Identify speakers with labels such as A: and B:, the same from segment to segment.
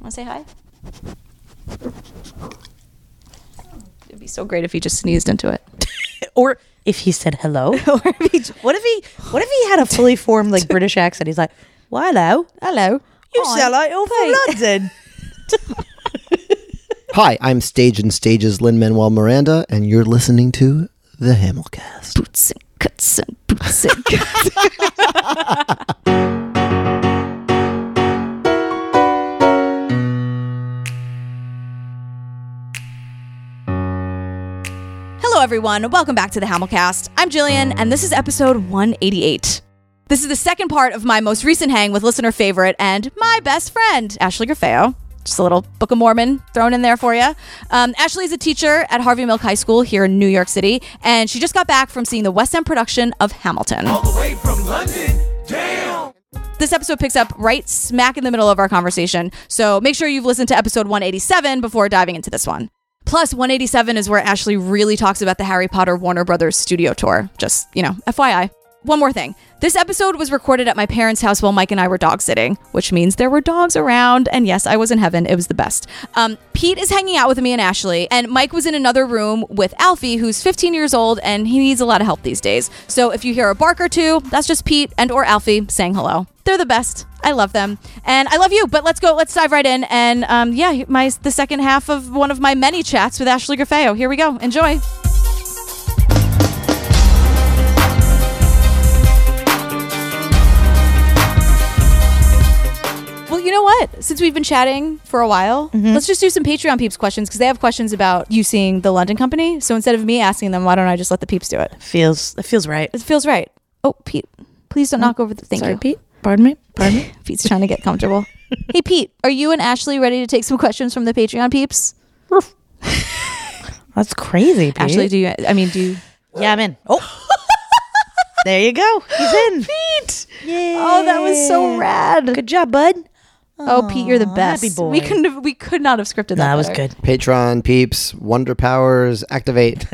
A: Want to say hi? It'd be so great if he just sneezed into it. or
B: If he said hello,
A: or if he j-
B: what if he what if he had a fully formed like British accent? He's like, well, hello,
A: hello.
B: you
A: Hi.
B: sell out all
A: Hey.
B: for London.
C: Hi, I'm Stage and Stage's Lin Manuel Miranda, and you're listening to the Hamilcast.
A: Boots and cuts and boots and cuts. Hello, everyone. Welcome back to the Hamilcast. I'm Jillian, and this is episode 188. This is the second part of my most recent hang with listener favorite and my best friend, Ashley Griffeo. Just a little Book of Mormon thrown in there for you. Um, Ashley is a teacher at Harvey Milk High School here in New York City, and she just got back from seeing the West End production of Hamilton. This episode picks up right smack in the middle of our conversation, so make sure you've listened to episode 187 before diving into this one. Plus, 187 is where Ashley really talks about the Harry Potter Warner Brothers studio tour. Just, you know, FYI. One more thing. This episode was recorded at my parents' house while Mike and I were dog sitting, which means there were dogs around. And yes, I was in heaven. It was the best. Um, Pete is hanging out with me and Ashley, and Mike was in another room with Alfie, who's 15 years old and he needs a lot of help these days. So if you hear a bark or two, that's just Pete and or Alfie saying hello. They're the best. I love them, and I love you. But let's go. Let's dive right in. And um, yeah, my the second half of one of my many chats with Ashley Griffeo. Here we go. Enjoy. Well, you know what? Since we've been chatting for a while, let's just do some Patreon peeps questions because they have questions about you seeing the London company. So instead of me asking them, why don't I just let the peeps do it?
B: Feels it feels right.
A: It feels right. Oh, Pete, please don't knock over the. Thank
B: Sorry,
A: you,
B: Pete. Pardon me. Pardon me.
A: Pete's trying to get comfortable. hey, Pete, are you and Ashley ready to take some questions from the Patreon peeps?
B: That's crazy, Pete.
A: Ashley, do you? I mean, do you?
B: yeah, I'm in. Oh, there you go. He's in. Pete. Yeah.
A: Oh, that was so rad.
B: Good job, bud.
A: Oh, Pete, you're the best.
B: happy boy.
A: We couldn't. Have, we could not have scripted that.
B: That was
A: better.
B: good.
C: Patron peeps, Wonder Powers, activate.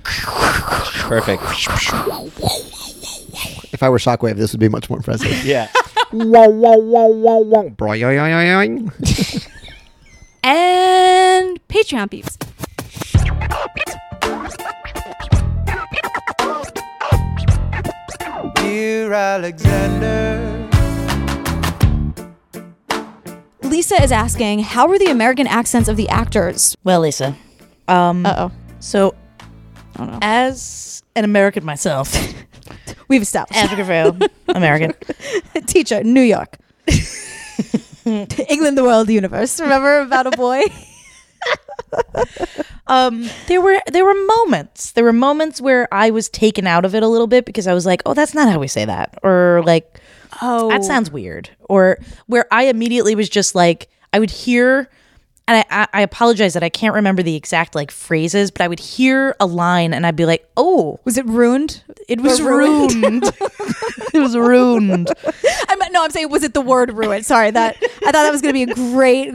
D: Perfect.
C: if I were Shockwave, this would be much more impressive.
D: Yeah.
C: Broyoyoyoyoyoy.
A: And Patreon peeps.
E: Dear Alexander.
A: Lisa is asking, how were the American accents of the actors?
B: Well, Lisa. Um,
A: Uh oh.
B: so,
A: Oh, no.
B: as an American myself,
A: We've established.
B: Africa Vale, American.
A: Teacher, New York. England, the world, the universe. Remember about a boy?
B: Um, there were there were moments. There were moments where I was taken out of it a little bit because I was like, "Oh, that's not how we say that," or like,
A: Oh.
B: that sounds weird. Or where I immediately was just like, I would hear, and I, I, I apologize that I can't remember the exact like phrases, but I would hear a line and I'd be like, oh,
A: Was it ruined?
B: it was
A: Or ruined.
B: ruined. it was ruined.
A: I meant, no, I'm saying, was it the word ruined? Sorry, that I thought that was going to be a great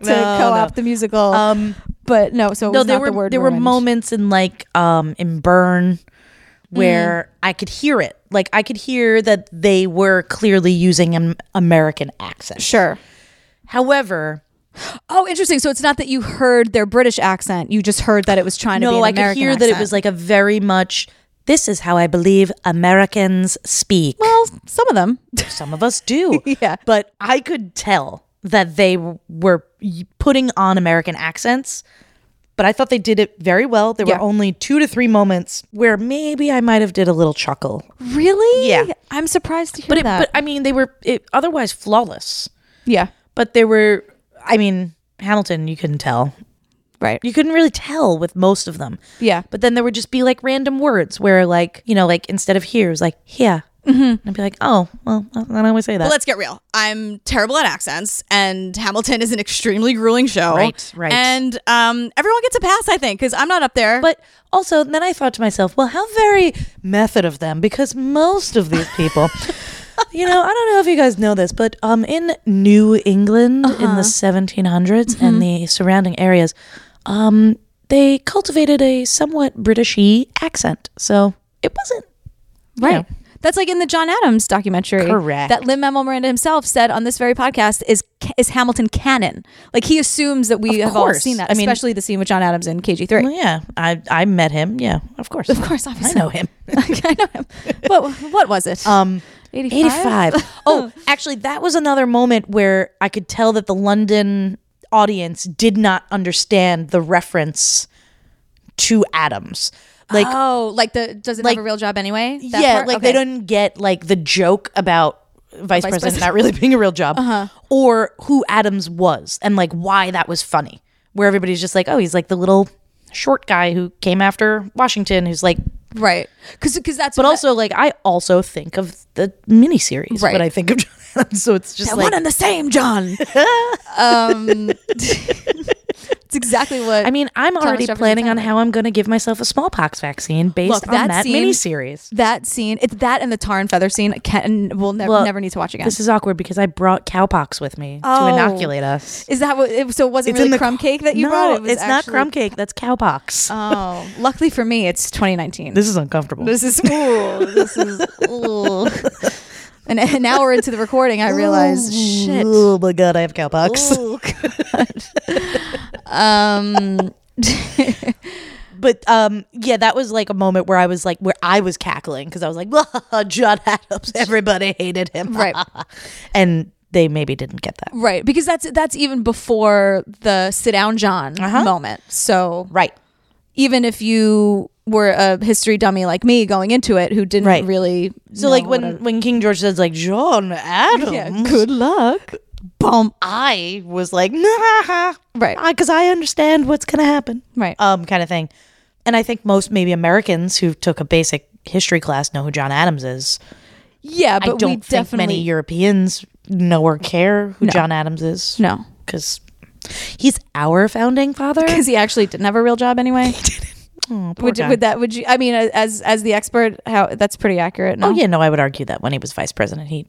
A: to
B: No,
A: co-op
B: no.
A: the musical.
B: Um,
A: but no, so it
B: no,
A: was
B: there
A: not
B: were
A: the word
B: there were
A: ruined.
B: moments in like um in Burn where
A: Mm.
B: I could hear it. Like I could hear that they were clearly using an American accent.
A: Sure.
B: However,
A: Oh, interesting. So it's not that you heard their British accent; you just heard that it was trying to be.
B: no,
A: an
B: I could
A: American
B: hear that it
A: accent.
B: was like a very much. This is how I believe Americans speak.
A: well, some of them.
B: Some of us do.
A: Yeah.
B: But I could tell that they were putting on American accents. But I thought they did it very well. There
A: Yeah.
B: were only two to three moments where maybe I might have did a little chuckle.
A: Really?
B: Yeah.
A: I'm surprised to hear
B: But it,
A: that.
B: but I mean, they were it, otherwise flawless.
A: yeah.
B: But there were, I mean, Hamilton, you couldn't tell.
A: Right.
B: You couldn't really tell with most of them.
A: Yeah.
B: But then there would just be like random words where, like, you know, like instead of here, it was like here. Mm-hmm. And I'd be like, oh, well, I don't always say that.
F: But let's get real. I'm terrible at accents, and Hamilton is an extremely grueling show.
B: Right, right.
F: And um, everyone gets a pass, I think, because I'm not up there.
B: But also, then I thought to myself, well, how very method of them, because most of these people, you know, I don't know if you guys know this, but um, in New England in the
A: Uh-huh.
B: 1700s and
A: Mm-hmm.
B: the surrounding areas, um, they cultivated a somewhat Britishy accent. So it wasn't
A: Right.
B: Yeah.
A: That's like in the John Adams documentary.
B: Correct.
A: That Lin Manuel Miranda himself said on this very podcast is is Hamilton canon. Like he assumes that we
B: Of
A: have all
B: course.
A: seen that,
B: I mean-
A: especially the scene with John Adams in KG three.
B: Well, yeah, I I met him. Yeah, of course.
A: Of course,
B: I
A: obviously.
B: know him.
A: I know him. What what was it?
B: Um,
A: 85?
B: 85. oh, actually, that was another moment where I could tell that the London audience did not understand the reference to Adams. Like,
A: oh, like the does it
B: Like-
A: have a real job anyway? That
B: yeah,
A: part?
B: like
A: Okay.
B: they didn't get like the joke about vice, president, Uh-huh.
A: president.
B: not really being a real job or who Adams was and like why that was funny. Where everybody's just like, oh, he's like the little short guy who came after Washington, who's like
A: right because because that's
B: But
A: what-
B: also, like, I also think of the miniseries
A: Right.
B: when I think of John Adams. So it's just
A: that
B: like,
A: one and the same John. um, it's exactly what
B: I mean, I'm already
A: Jefferson
B: planning on
A: Family.
B: how I'm going to give myself a smallpox vaccine based
A: Look,
B: on
A: that
B: that,
A: scene-
B: miniseries.
A: that scene. It's that and the tar and feather scene. Can we'll never
B: Well,
A: never need to watch again.
B: This is awkward because I brought cowpox with me
A: Oh.
B: to inoculate us.
A: Is that what? It, so it wasn't really crumb cake that you
B: no,
A: brought. It was
B: it's not
A: actually-
B: crumb cake. That's cowpox.
A: Oh, luckily for me, it's 2019.
B: Uh, this is uncomfortable.
A: This is ooh. This is ooh. And an hour into the recording, I realized shit.
B: Oh my god, I have cowpox.
A: Ooh, God. um,
B: But um, yeah, that was like a moment where I was like, where I was cackling because I was like, John Adams. Everybody hated him,
A: Right.
B: and they maybe didn't get that.
A: right, because that's that's even before the sit down John
B: Uh-huh.
A: moment. So
B: Right.
A: even if you were a history dummy like me going into it, who didn't
B: Right.
A: really
B: So like when when King George says like John Adams,
A: good luck, bump
B: I was like nah,
A: Right.
B: because I understand what's gonna happen,
A: Right.
B: Um, kind of thing. And I think most maybe Americans who took a basic history class know who John Adams is.
A: Yeah, but
B: I don't
A: we
B: think
A: definitely
B: many Europeans know or care who John Adams is.
A: no
B: because he's our founding father.
A: because he actually didn't have a real job anyway.
B: Oh, poor
A: would,
B: guy.
A: would that would you? I mean, uh, as as the expert, how that's pretty accurate. No?
B: oh yeah, no, I would argue that when he was vice president, he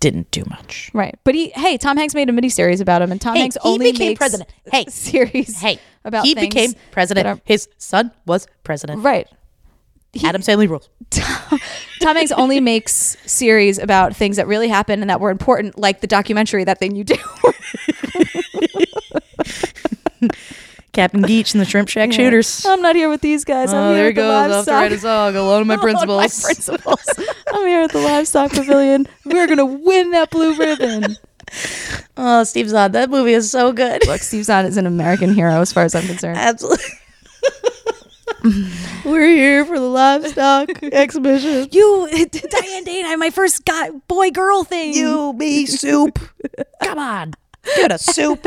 B: didn't do much.
A: right. But he, hey, Tom Hanks made a mini series about him, and Tom
B: Hey,
A: Hanks
B: he
A: only
B: became
A: makes
B: president. Hey.
A: series.
B: Hey,
A: about
B: he
A: things
B: became president.
A: that are-
B: His son was president.
A: right.
B: Adam Sandler rules.
A: Tom Hanks only makes series about things that really happened and that were important, like the documentary that thing you do.
B: Captain Geach and the Shrimp Shack Shooters. Oh,
A: I'm not here with these guys. I'm here at the livestock.
B: song alone with my
A: My principals. I'm here at the livestock pavilion. We're gonna win that blue ribbon.
B: Oh, Steve Zahn, that movie is so good.
A: Look, Steve Zahn is an American hero as far as I'm concerned.
B: Absolutely. We're here for the livestock exhibition.
A: You, Diane Dane, my first guy, boy girl thing.
C: You, me, soup.
B: Come on. Give it a soup.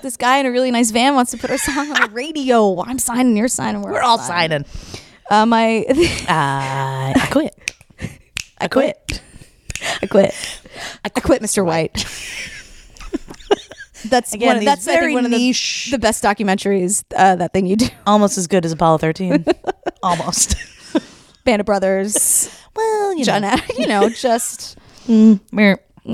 A: This guy in a really nice van wants to put our song on the radio. I'm signing, you're signing. We're,
B: We're all signing.
A: Uh, my,
B: Uh, I quit. I quit.
A: I quit. I quit, Mr. White. that's
B: Again,
A: one,
B: these
A: that's I think,
B: very
A: one of the,
B: niche-
A: the best documentaries. Uh, that thing you do,
B: Almost as good as Apollo 13. Almost.
A: Band of Brothers,
B: Well, you
A: John, Ad- you know, just
B: know.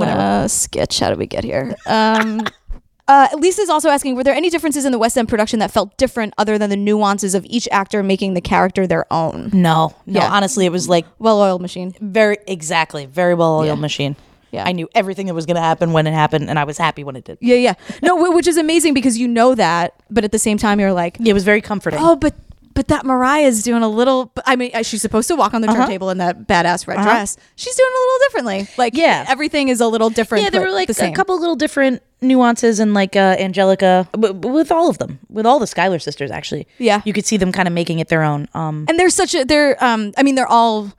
A: uh, sketch. How did we get here? Um, uh, Lisa's also asking: Were there any differences in the West End production that felt different, other than the nuances of each actor making the character their own?
B: No, no.
A: Yeah.
B: Honestly, it was like
A: Well-oiled machine.
B: very exactly very well oiled
A: Yeah.
B: machine.
A: Yeah.
B: I knew everything that was going to happen when it happened, and I was happy when it did.
A: Yeah, yeah. No, wh- which is amazing because you know that, but at the same time, you're like,
B: It was very comforting.
A: oh, but but that Mariah's doing a little. but- I mean, uh, she's supposed to walk on the
B: Uh-huh.
A: turntable in that badass red dress. She's doing a little differently. Like,
B: Yeah.
A: everything is a little different.
B: yeah, there
A: but
B: were like
A: the
B: a
A: same.
B: couple little different nuances, and like uh, Angelica, w- w- with all of them, with all the Skylar sisters, actually.
A: Yeah.
B: you could see them kind of making it their own. Um,
A: And there's such a they're. Um, I mean, they're all.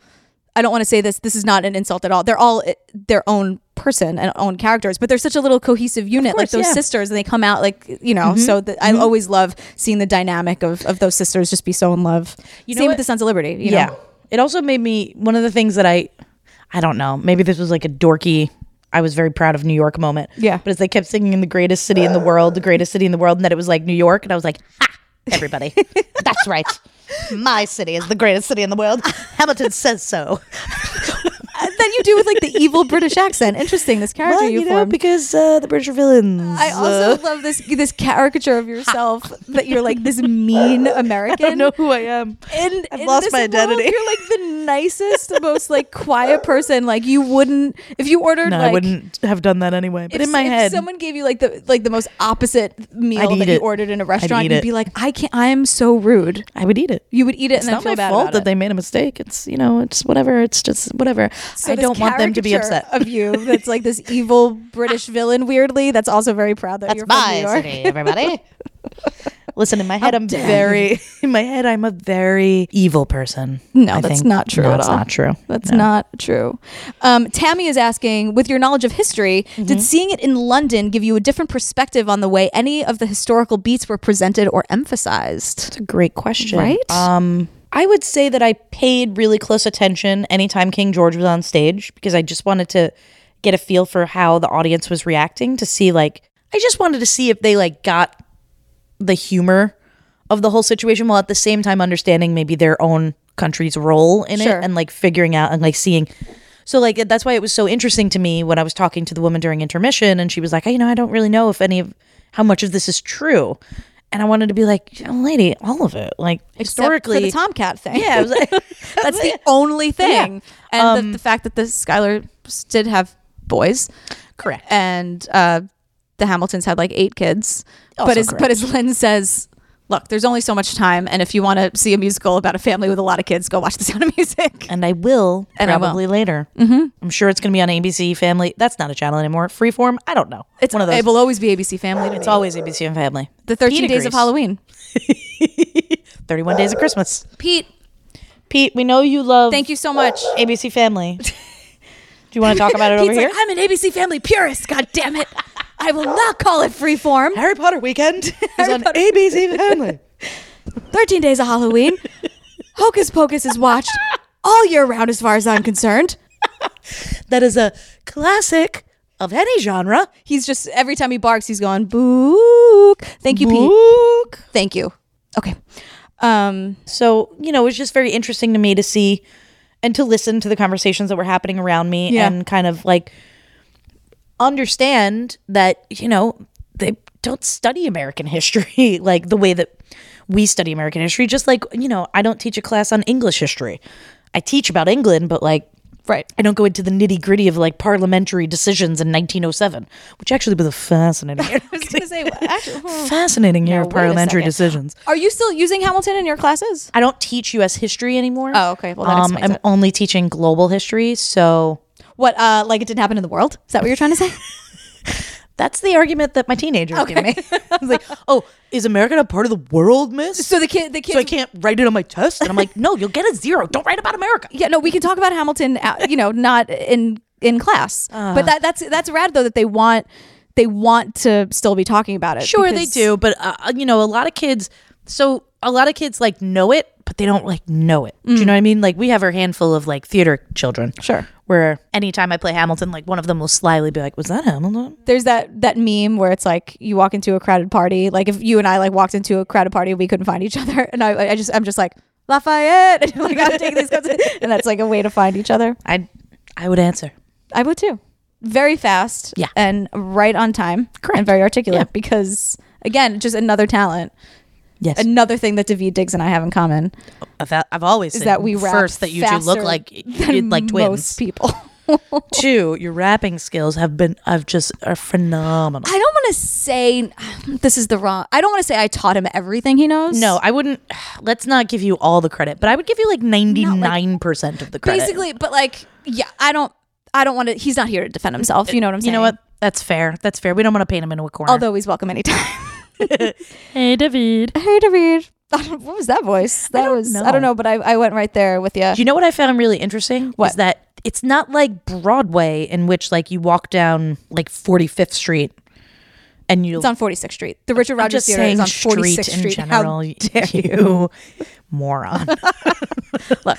A: I don't want to say this. This is not an insult at all. They're all uh, their own person and own characters, but they're such a little cohesive unit, like
B: course,
A: those
B: yeah. Mm-hmm.
A: sisters, and they come out like you know. So the, I always love seeing the dynamic of, of those sisters just be so in love.
B: You know
A: Same
B: what?
A: with the Sons of Liberty. You
B: yeah,
A: know?
B: it also made me one of the things that I, I don't know, maybe this was like a dorky. I was very proud of New York moment.
A: Yeah.
B: but as they kept singing in the greatest city in the world, the greatest city in the world, and that it was like New York, and I was like, ha, everybody, that's right. My city is the greatest city in the world. Hamilton says so.
A: that Uh, you do with like the evil British accent. Interesting, this character
B: Well,
A: you
B: you know,
A: formed.
B: because uh, the British are villains.
A: I
B: uh,
A: also love this this caricature of yourself that you're like this mean American.
B: I don't know who I am.
A: in,
B: I've
A: in
B: lost
A: this
B: my
A: world,
B: identity.
A: you're like the nicest, most like quiet person. Like you wouldn't if you ordered.
B: No,
A: like,
B: I wouldn't have done that anyway.
A: if,
B: But in my
A: if
B: head,
A: someone gave you like the like the most opposite meal
B: I'd eat
A: that you
B: it.
A: ordered in a restaurant,
B: eat
A: you'd
B: it.
A: be like, I can't. I'm so rude.
B: I would eat it.
A: You would eat it
B: It's
A: and then
B: not
A: feel
B: my
A: bad
B: fault
A: about
B: that
A: it.
B: they made a mistake. It's you know, it's whatever. It's just whatever.
A: So
B: I
A: this
B: don't want them to be
A: caricature
B: upset.
A: of you. That's like this evil British villain. Weirdly, that's also very proud that you're from New York.
B: everybody. Listen, in my head, I'm very. In my head, I'm a very evil person.
A: No,
B: I
A: that's
B: think.
A: not true
B: No,
A: at
B: it's
A: all.
B: not true.
A: That's
B: No.
A: not true. Um, Tammy is asking, with your knowledge of history, did seeing it in London give you a different perspective on the way any of the historical beats were presented or emphasized?
B: That's a great question.
A: Right?
B: Um, I would say that I paid really close attention anytime King George was on stage because I just wanted to get a feel for how the audience was reacting to see like I just wanted to see if they like got the humor of the whole situation while at the same time understanding maybe their own country's role in
A: Sure.
B: it and like figuring out and like seeing so like that's why it was so interesting to me when I was talking to the woman during intermission and she was like, "I- you know, I don't really know if any of how much of this is true. And I wanted to be like, "Oh, lady, all of it. Like
A: Except
B: historically.
A: for the Tomcat thing.
B: yeah, I was like,
A: that's the only thing. And the, the fact that the Skylers did have boys,
B: correct.
A: and uh, the Hamiltons had like eight kids.
B: Also
A: but as
B: correct.
A: but as Lynn says. Look, there's only so much time, and if you want to see a musical about a family with a lot of kids, go watch The Sound of Music.
B: And I will
A: And I will.
B: probably later. Mm-hmm. I'm sure it's going to be on ABC Family. That's not a channel anymore. Freeform. I don't know.
A: It's
B: one of those.
A: It will always be ABC Family. to
B: it's
A: me.
B: always ABC and Family.
A: the 13
B: Pete
A: Days of
B: agrees.
A: Halloween.
B: 31 Days of Christmas.
A: Pete,
B: Pete, we know you love.
A: thank you so much.
B: ABC Family. Do you want to talk about it
A: Pete's
B: over here?
A: like, I'm an ABC Family purist. God damn it! I will not call it Freeform.
B: Harry Potter Weekend is on
A: Potter-
B: ABC Family.
A: 13 Days of Halloween. Hocus Pocus is watched all year round, as far as I'm concerned.
B: that is a classic of any genre.
A: He's just every time he barks, he's going book. Thank you, Pete.
B: Book.
A: Thank you. Okay. Um,
B: So, you know, it was just very interesting to me to see and to listen to the conversations that were happening around me
A: Yeah.
B: and kind of like understand that, you know, they don't study American history like the way that we study American history. Just like, you know, I don't teach a class on English history. I teach about England, but like,
A: right.
B: I don't go into the nitty gritty of like parliamentary decisions in 1907, which actually was a fascinating year.
A: I was gonna say, actually,
B: fascinating year of
A: wait a
B: parliamentary
A: second.
B: decisions.
A: are you still using Hamilton in your classes?
B: I don't teach U.S. history anymore.
A: Oh, okay. Well, that
B: um,
A: explains
B: I'm
A: it.
B: only teaching global history, so
A: What? Uh, like it didn't happen in the world? Is that what you're trying to say?
B: that's the argument that my teenager okay. gave me. I was like, "Oh, is America not part of the world, Miss?
A: So the kid, the kid,
B: So I can't write it on my test?" And I'm like, "No, you'll get a zero. Don't write about America."
A: yeah, no, we can talk about Hamilton, uh, you know, not in in class. but that, that's that's rad though that they want they want to still be talking about it.
B: Sure,
A: because-
B: they do, but uh, you know, a lot of kids. So a lot of kids like know it, but they don't like know it. Do you know what I mean? Like we have our handful of like theater children.
A: Sure.
B: Where anytime I play Hamilton, like one of them will slyly be like, "Was that Hamilton?"
A: There's that that meme where it's like you walk into a crowded party. Like if you and I like walked into a crowded party, we couldn't find each other, and I, I just I'm just like Lafayette, and you're like I'm taking these cups, and that's like a way to find each other.
B: I, I would answer.
A: I would too. Very fast,
B: Yeah.
A: and right on time,
B: Correct.
A: and very articulate
B: Yeah.
A: because again, just another talent,
B: Yes.
A: another thing that David Diggs and I have in common.
B: I've, I've always said
A: that we rap
B: first that you two look
A: faster
B: like
A: than
B: you'd like
A: Most
B: twins.
A: people.
B: Two, your rapping skills have been I've just are phenomenal.
A: I don't want to say this is the wrong. I don't want to say I taught him everything he knows.
B: no, I wouldn't. Let's not give you all the credit, but I would give you like ninety nine percent of the credit.
A: basically, but like, yeah, I don't. I don't want to. He's not here to defend himself. You know what I'm
B: you
A: saying?
B: know what? That's fair. That's fair. We don't want to paint him into a corner.
A: Although he's welcome anytime.
B: hey, David.
A: hey, David. I don't- What was that voice? That
B: don't
A: was
B: know.
A: I don't know, but I, I went right there with you.
B: You know what I found really interesting
A: What?
B: was that it's not like Broadway in which like you walk down like Forty Fifth Street and you
A: It's on 46th Street. The Richard Rogers Theater is on 46th Street. How
B: dare you, moron? Look,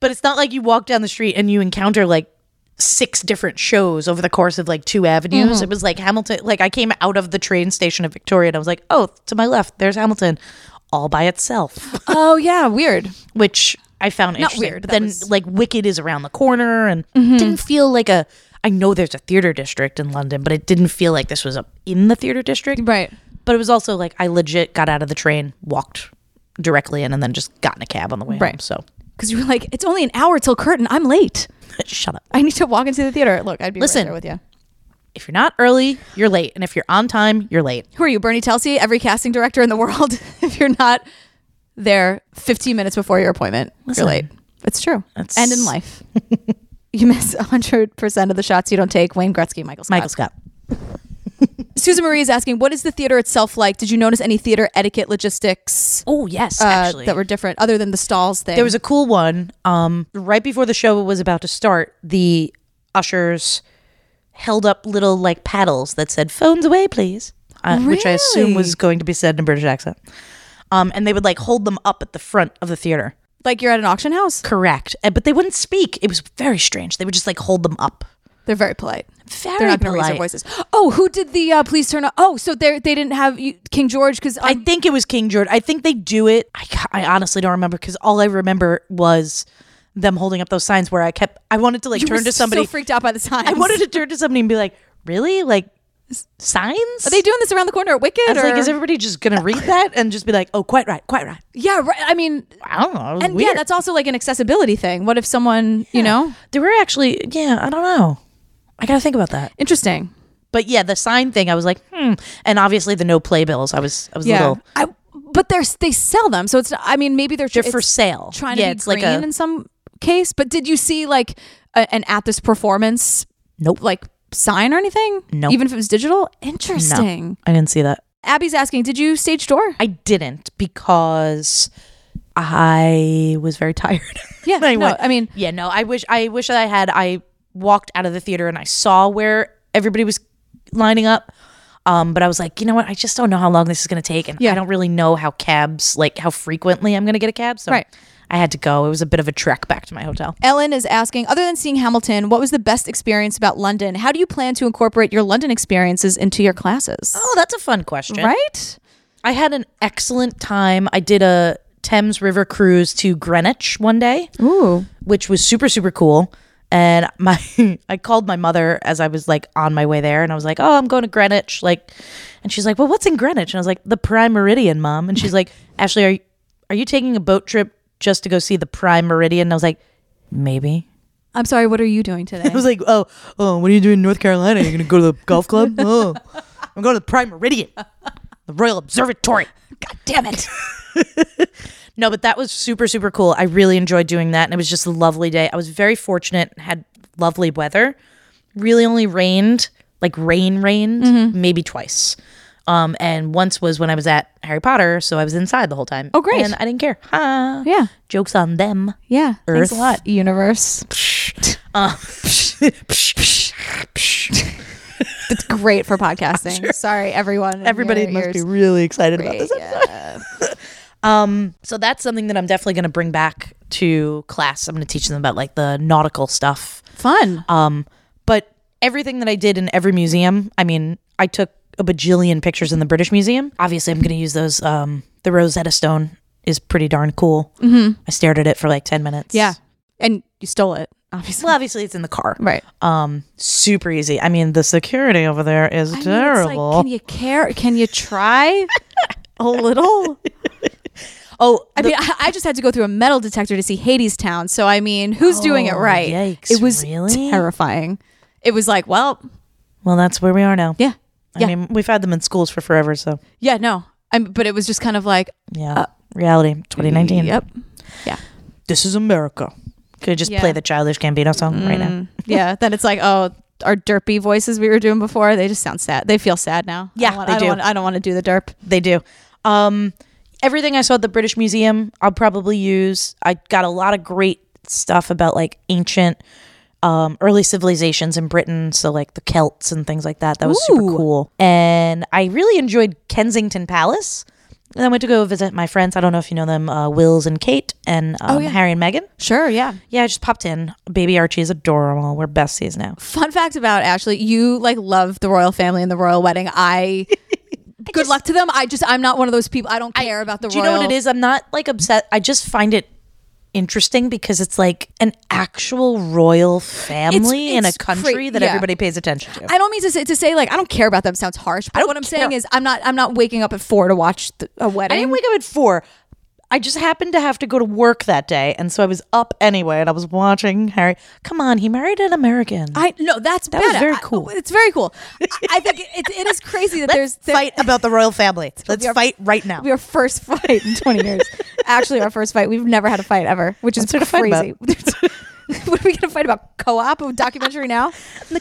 B: but it's not like you walk down the street and you encounter like six different shows over the course of like two avenues.
A: Mm-hmm.
B: It was like Hamilton. Like I came out of the train station at Victoria and I was like, oh, to my left, there's Hamilton, all by itself.
A: oh yeah, weird.
B: Which I found
A: Not
B: interesting.
A: weird,
B: But
A: that
B: then
A: was- Mm-hmm.
B: like Wicked is around the corner, and didn't feel like a. I know there's a theater district in London, but it didn't feel like this was up in the theater district.
A: Right.
B: But it was also like I legit got out of the train, walked directly in, and then just got in a cab on the way home.
A: Right.
B: So
A: Because you were like, it's only an hour till curtain. I'm late.
B: shut up.
A: I need to walk into the theater. Look, I'd be
B: Listen.
A: right there with you.
B: If you're not early, you're late, and if you're on time, you're late.
A: Who are you, Bernie Telsey? Every casting director in the world. if you're not there 15 minutes before your appointment,
B: Listen.
A: you're late. It's true.
B: That's-
A: And in life, you miss 100% of the shots you don't take. Wayne Gretzky, Michael Scott.
B: Michael Scott.
A: Susan Marie is asking, what is the theater itself like? Did you notice any theater etiquette logistics
B: Oh yes,
A: uh,
B: actually,
A: that were different other than the stalls thing?
B: There was a cool one. Um, right before the show was about to start, the ushers held up little like paddles that said "phones away, please," uh, which I assume was going to be said in a British accent. Um, and they would like hold them up at the front of the theater.
A: like you're at an auction house.
B: Correct, Uh, but they wouldn't speak. It was very strange. They would just like hold them up.
A: They're very polite.
B: Very
A: They're not going to
B: polite.
A: raise their voices. Oh, who did the uh, please turn? On? Oh, so they they didn't have you, King George because
B: I think it was King George. I think they do it. I, ca- I honestly don't remember because all I remember was them holding up those signs where I kept. I wanted to like turn to somebody.
A: So freaked out by the signs.
B: I wanted to turn to somebody and be like, really? Like s- signs?
A: Are they doing this around the corner at Wicked?
B: I was like,
A: or-
B: is everybody just gonna read that and just be like, oh, quite right, quite right?
A: yeah, right. I mean,
B: I don't know. It was
A: and yeah,
B: weird.
A: that's also like an accessibility thing. What if someone, you know,
B: there were actually, yeah, I don't know. I gotta think about that.
A: interesting.
B: But yeah, the sign thing, I was like, hmm. And obviously the no playbills, I was, I was a little.
A: I, but they're they sell them, so it's. I mean, maybe they're
B: They're
A: it's
B: for sale.
A: trying
B: yeah,
A: to be
B: it's
A: green
B: like a
A: in some case. But did you see like a, an at this performance
B: nope.
A: like sign or anything?
B: Nope.
A: Even if it was digital, interesting.
B: I didn't see that.
A: Abby's asking, did you stage door?
B: I didn't because I was very tired.
A: Yeah,
B: I
A: no,
B: went-
A: I mean-
B: yeah, no. I wish, I wish I had. I walked out of the theater and I saw where everybody was lining up. Um, but I was like, you know what? I just don't know how long this is going to take, and I
A: Yeah.
B: don't really know how cabs, like how frequently I'm going to get a cab. So
A: Right.
B: I had to go. It was a bit of a trek back to my hotel.
A: Ellen is asking, other than seeing Hamilton, what was the best experience about London? How do you plan to incorporate your London experiences into your classes?
B: Oh, that's a fun question.
A: Right?
B: I had an excellent time. I did a Thames River cruise to Greenwich one day.
A: Ooh.
B: which was super super cool and my i called my mother as i was like on my way there and i was like oh i'm going to greenwich like and she's like well what's in greenwich and i was like the prime meridian mom and she's like ashley are you, are you taking a boat trip just to go see the prime meridian and i was like maybe
A: I'm sorry, what are you doing today?
B: i was like oh oh what are you doing in north carolina you're gonna go to the golf club oh i'm going to the prime meridian the royal observatory
A: God damn it.
B: No, but that was super, super cool. I really enjoyed doing that. And it was just a lovely day. I was very fortunate and had lovely weather. Really only rained, like rain rained, maybe twice. Um, and once was when I was at Harry Potter, so I was inside the whole time. Oh,
A: great.
B: And I didn't care. Ha.
A: Yeah.
B: Jokes on them.
A: Yeah. Thanks
B: Earth.
A: a lot, universe.
B: Uh,
A: It's great for podcasting. Sorry, everyone.
B: everybody
A: Your
B: must
A: ears.
B: be really excited about this.
A: Yeah.
B: Um, so that's something that I'm definitely going to bring back to class. I'm going to teach them about like the nautical stuff.
A: Fun.
B: Um, but everything that I did in every museum, I mean, I took a bajillion pictures in the British Museum. Obviously, I'm going to use those. Um, the Rosetta Stone is pretty darn cool. Mm-hmm. I stared at it for like 10 minutes.
A: Yeah. And you stole it, obviously.
B: Well, obviously, it's in the car.
A: right.
B: Um, super easy. I mean, the security over there
A: I
B: is
A: mean, it's like,
B: terrible.
A: can you care? Can you try a little?
B: oh,
A: I mean, I, I just had to go through a metal detector to see Hades Town. So I mean, who's doing it
B: Oh,
A: right?
B: yikes,
A: it was
B: really?
A: terrifying. It was like, well,
B: well, that's where we are now.
A: yeah,
B: I
A: yeah.
B: mean, we've had them in schools for forever. So,
A: yeah, no. I'm, but it was just kind of like,
B: yeah, reality 2019.
A: Uh, yep,
B: This is America. Could just
A: Yeah.
B: play the Childish Gambino song right now.
A: yeah. Then it's like, oh, our derpy voices we were doing before, they just sound sad. They feel sad now.
B: Yeah,
A: I don't want,
B: they
A: I
B: do.
A: don't Want, I don't want to do the derp.
B: They do. Um, everything I saw at the British Museum, I'll probably use. I got a lot of great stuff about like ancient, um, early civilizations in Britain. So like the Celts and things like that. That was super
A: Ooh.
B: cool. And I really enjoyed Kensington Palace. And I went to go visit my friends. I don't know if you know them, uh, Wills and Kate, and um,
A: Oh, yeah.
B: Harry and Meghan.
A: Sure, yeah.
B: Yeah, I just popped in. Baby Archie is adorable. We're besties now.
A: Fun fact about Ashley, you like love the royal family and the royal wedding. I. Good luck to them. I just I'm not one of those people. I don't care about the
B: Do you
A: royal.
B: know what it is? I'm not like upset. I just find it interesting because it's like an actual royal family in a
A: it's cra-
B: country that
A: yeah.
B: everybody pays attention to.
A: I don't mean to say, to say like I don't care about them sounds harsh, but
B: don't
A: what I'm
B: care.
A: saying is I'm not I'm not waking up at four to watch the, a wedding.
B: I didn't wake up at four. I just happened to have to go to work that day, and so I was up anyway, and I was watching Harry. Come on, he married an American.
A: I no, that's
B: That was
A: bad.
B: very
A: I-
B: cool.
A: it's very cool. I, I think it, it is crazy that there's there-
B: fight about the royal family. Let's
A: our-
B: fight right now.
A: Our first fight in 20 years. Actually, our first fight. We've never had a fight ever, which is
B: What's there to fight
A: crazy. what are we going to fight about? Co-op a documentary now?
B: The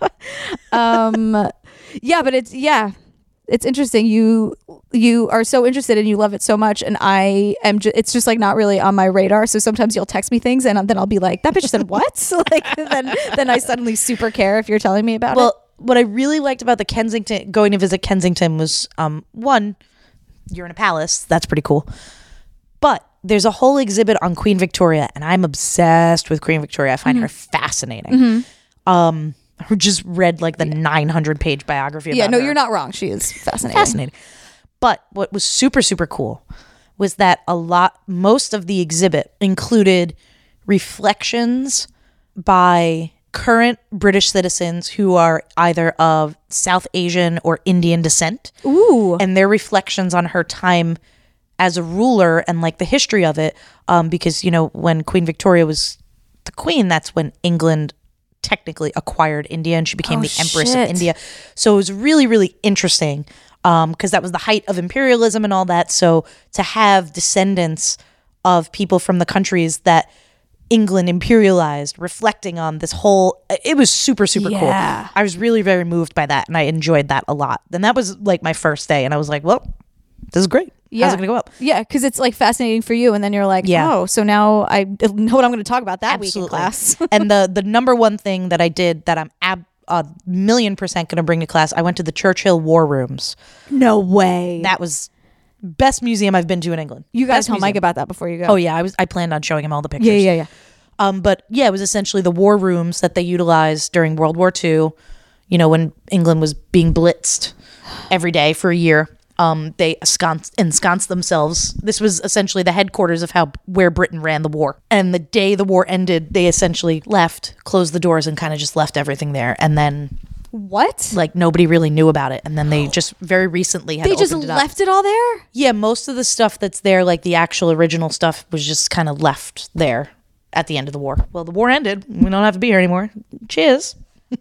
B: go.
A: Um, yeah, but it's yeah, it's interesting. You you are so interested and you love it so much, and I am. Ju- it's just like not really on my radar. So sometimes you'll text me things, and uh, then I'll be like, "That bitch said what?" So like then then I suddenly super care if you're telling me about it.
B: well, what I really liked about the Kensington going to visit Kensington was um one, you're in a palace. That's pretty cool. But there's a whole exhibit on Queen Victoria, and I'm obsessed with Queen Victoria. I
A: Mm-hmm.
B: find her fascinating. Um, I just read like the 900 page biography.
A: Yeah,
B: about
A: no,
B: her.
A: you're not wrong. She is fascinating.
B: fascinating. But what was super super cool was that a lot most of the exhibit included reflections by current British citizens who are either of South Asian or Indian descent
A: Ooh,
B: and their reflections on her time as a ruler and like the history of it um, because you know when queen victoria was the queen that's when england technically acquired india and she became the empress
A: Oh, shit.
B: of india so it was really really interesting because that was the height of imperialism and all that so to have descendants of people from the countries that england imperialized reflecting on this whole uh, it was super super
A: Yeah.
B: cool I was really very moved by that, and I enjoyed that a lot. Then that was like my first day, and I was like, "Well, this is great.
A: Yeah.
B: How's it gonna go up?"
A: Yeah, because it's like fascinating for you, and then you're like,
B: Yeah.
A: oh, so now I know what I'm going to talk about that week in class.
B: and the the number one thing that I did that I'm ab- a million percent gonna bring to class, I went to the Churchill War Rooms.
A: No way.
B: That was best museum I've been to in England.
A: you guys
B: Best
A: tell
B: museum.
A: Mike about that before you go.
B: Oh yeah, I was. I planned on showing him all the pictures.
A: yeah, yeah, yeah.
B: Um, but yeah, it was essentially the war rooms that they utilized during World War II. You know, when England was being blitzed every day for a year, um, they ensconced, ensconced themselves. This was essentially the headquarters of how where Britain ran the war. And the day the war ended, they essentially left, closed the doors, and kind of just left everything there. And then
A: What?
B: like nobody really knew about it. And then they just very recently had
A: Oh. they just
B: opened it up.
A: left it all there?
B: Yeah, most of the stuff that's there, like the actual original stuff, was just kind of left there at the end of the war. Well, the war ended. We don't have to be here anymore. Cheers.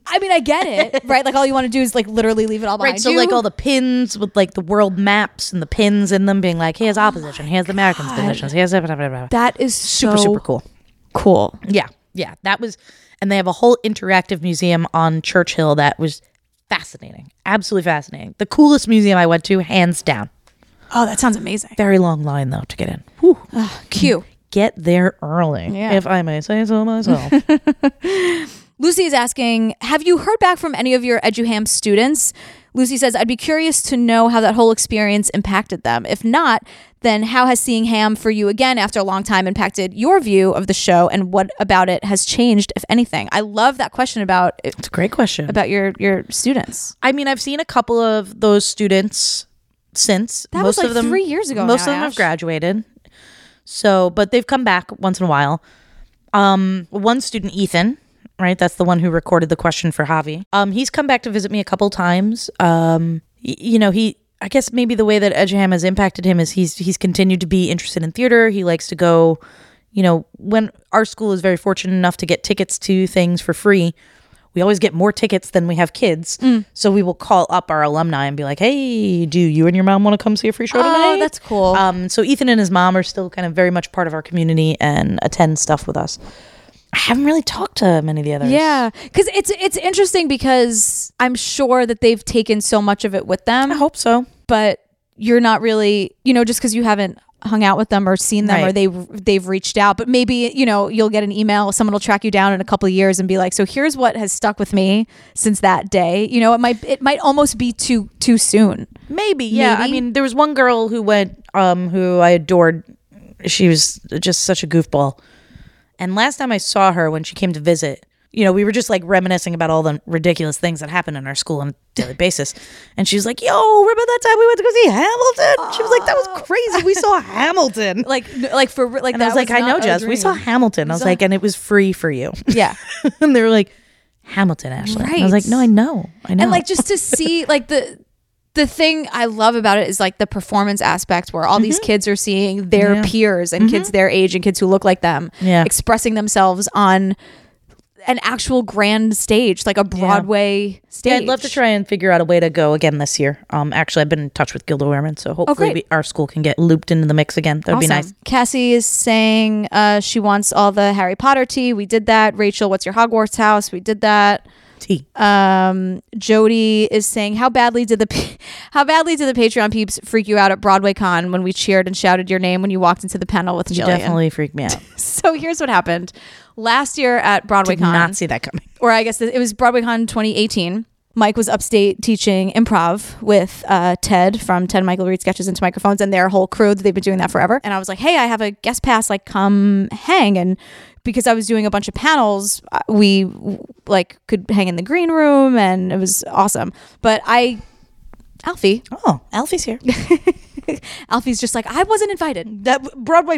A: I mean, I get it, right? Like all you want to do is like literally leave it all behind
B: Right. So,
A: you.
B: like all the pins with like the world maps and the pins in them being like, here's our position, here's the Americans' positions, here's blah, blah, blah, blah.
A: that is
B: super,
A: so
B: super cool.
A: Cool.
B: Yeah. Yeah. That was, and they have a whole interactive museum on Churchill that was fascinating. Absolutely fascinating. The coolest museum I went to, hands down.
A: Oh, that sounds amazing.
B: Very long line, though, to get in.
A: Cute.
B: Get there early,
A: Yeah.
B: if I may say so myself.
A: Lucy is asking, have you heard back from any of your EduHam students? Lucy says, I'd be curious to know how that whole experience impacted them. If not, then how has seeing Ham for you again after a long time impacted your view of the show and what about it has changed, if anything? I love that question about
B: It's a great question.
A: about your your students.
B: I mean, I've seen a couple of those students since.
A: That was, like, three years ago
B: Most
A: now,
B: of them
A: Ash.
B: have graduated. So, but they've come back once in a while. Um, one student, Ethan, right? That's the one who recorded the question for Javi. Um, he's come back to visit me a couple times. Um, y- you know, he. I guess maybe the way that Edgeham has impacted him is he's he's continued to be interested in theater. He likes to go, you know, when our school is very fortunate enough to get tickets to things for free we always get more tickets than we have kids.
A: Mm.
B: So we will call up our alumni and be like, "Hey, do you and your mom want to come see a free show tonight?"
A: Oh, that's cool.
B: Um, so Ethan and his mom are still kind of very much part of our community and attend stuff with us. I haven't really talked to many of the others.
A: Yeah, because it's it's interesting because I'm sure that they've taken so much of it with them,
B: I hope so.
A: but you're not really, you know, just because you haven't hung out with them or seen them or
B: Right.
A: they they've reached out, but maybe you know you'll get an email, someone will track you down in a couple of years and be like, so here's what has stuck with me since that day. You know, it might it might almost be too too soon.
B: Maybe, yeah. I
A: Maybe.
B: mean, there was one girl who went, um, who I adored. She was just such a goofball. And last time I saw her when she came to visit, you know, we were just like reminiscing about all the ridiculous things that happened in our school on a daily basis. And she was like, yo, remember that time we went to go see Hamilton? She was like, that was crazy. We saw Hamilton.
A: Like, n- like for re- like.
B: and I was like, I know, Jess. We saw Hamilton. I was like, and it was free for you.
A: Yeah.
B: and they were like, Hamilton, Ashley. And I was
A: Right.
B: like, no, I know. I know.
A: and like just to see like the the thing I love about it is like the performance aspect where all
B: Mm-hmm.
A: these kids are seeing their peers and kids their age and kids who look like them
B: Yeah.
A: expressing themselves on an actual grand stage, like a Broadway stage.
B: Yeah, I'd love to try and figure out a way to go again this year. Um, actually, I've been in touch with Gilda Wehrman, so hopefully
A: Oh, great.
B: we, our school can get looped into the mix again. That would be
A: Awesome.
B: nice.
A: Cassie is saying uh, she wants all the Harry Potter tea. We did that. Rachel, what's your Hogwarts house? We did that.
B: Tea.
A: Um, Jody is saying, "How badly did the p- how badly did the Patreon peeps freak you out at Broadway Con when we cheered and shouted your name when you walked into the panel with
B: You
A: Jillian?"
B: definitely freaked me out.
A: So here's what happened last year at Broadway
B: Did
A: Con,
B: not see that coming.
A: or I guess it was Broadway Con 2018. Mike was upstate teaching improv with uh, Ted from Ted Michael Reed Sketches into Microphones and their whole crew. They've been doing that forever. And I was like, hey, I have a guest pass, like, come hang. And because I was doing a bunch of panels, uh, we like could hang in the green room and it was awesome. But I, Alfie,
B: Oh, Alfie's here.
A: Alfie's just like, I wasn't invited.
B: That Broadway,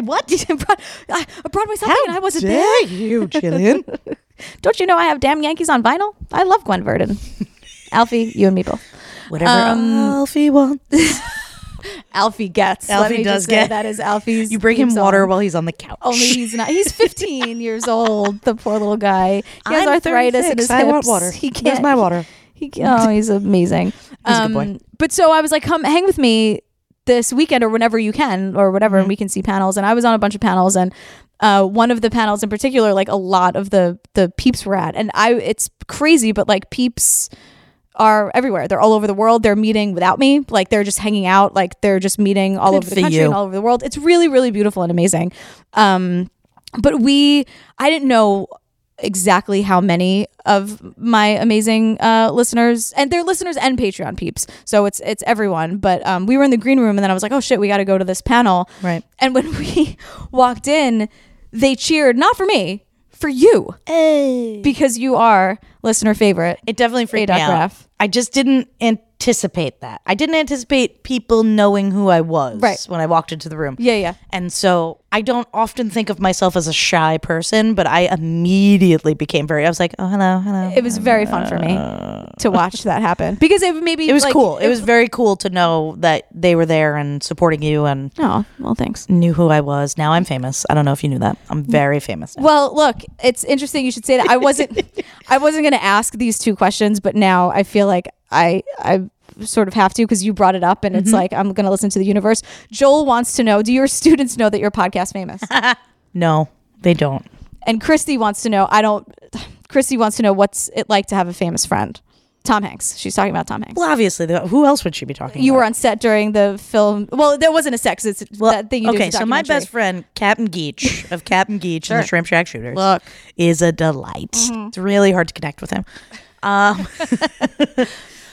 B: what?
A: Broad- I- a Broadway something, and I wasn't there.
B: Dare you, Jillian?
A: Don't you know I have Damn Yankees on vinyl? I love Gwen Verdon. Alfie, you and me both.
B: Whatever um, Alfie wants.
A: Alfie gets.
B: Alfie does
A: say
B: get.
A: That is Alfie's.
B: You bring him
A: theme song.
B: water while he's on the couch.
A: Only he's not. He's 15 years old. The poor little guy. He has
B: I'm
A: arthritis in his
B: 36. I want
A: hips.
B: water.
A: He
B: Here's
A: can't.
B: my water.
A: He, he- oh, he's amazing. Um,
B: He's a good boy.
A: But so I was like, come hang with me this weekend or whenever you can or whatever,
B: Mm-hmm.
A: and we can see panels. And I was on a bunch of panels, and uh, one of the panels in particular, like a lot of the the peeps were at, and I it's crazy, but like peeps are everywhere. They're all over the world. They're meeting without me. Like they're just hanging out. Like they're just meeting all
B: Good
A: over
B: for
A: the country
B: you.
A: and all over the world. It's really, really beautiful and amazing. Um, but we, I didn't know exactly how many of my amazing uh, listeners and they're listeners and Patreon peeps. So it's it's everyone. But um, we were in the green room and then I was like, oh shit, we got to go to this panel.
B: Right.
A: And when we walked in, they cheered not for me, for you, because you are listener favorite.
B: It definitely freaked me
A: Adolf
B: out.
A: Raff.
B: I just didn't anticipate that. I didn't anticipate people knowing who I was
A: Right.
B: when I walked into the room.
A: Yeah, yeah.
B: And so I don't often think of myself as a shy person, but I immediately became very. I was like, oh, hello, hello.
A: It was very fun for me to watch that happen because it maybe
B: It was
A: like,
B: cool. It, was very cool to know that they were there and supporting you and
A: Oh well, thanks.
B: knew who I was. Now I'm famous. I don't know if you knew that. I'm very famous. Now.
A: Well, look, it's interesting you should say that. I wasn't I wasn't going to ask these two questions, but now I feel like I I sort of have to because you brought it up and
B: Mm-hmm.
A: it's like I'm going to listen to the universe. Joel wants to know, do your students know that you're podcast famous?
B: No, they don't.
A: and Christy wants to know, I don't Christy wants to know what's it like to have a famous friend. Tom Hanks. She's talking about Tom Hanks.
B: Well, obviously, they- who else would she be talking?
A: you
B: about?
A: were on set during the film. Well, there wasn't a sex. It's that thing you do.
B: okay,
A: is a
B: so my
A: documentary.
B: best friend, Captain Geach of Captain Geach and the Shrimp Shack Shooters,
A: Look. Mm-hmm.
B: is a delight. It's really hard to connect with him. Um,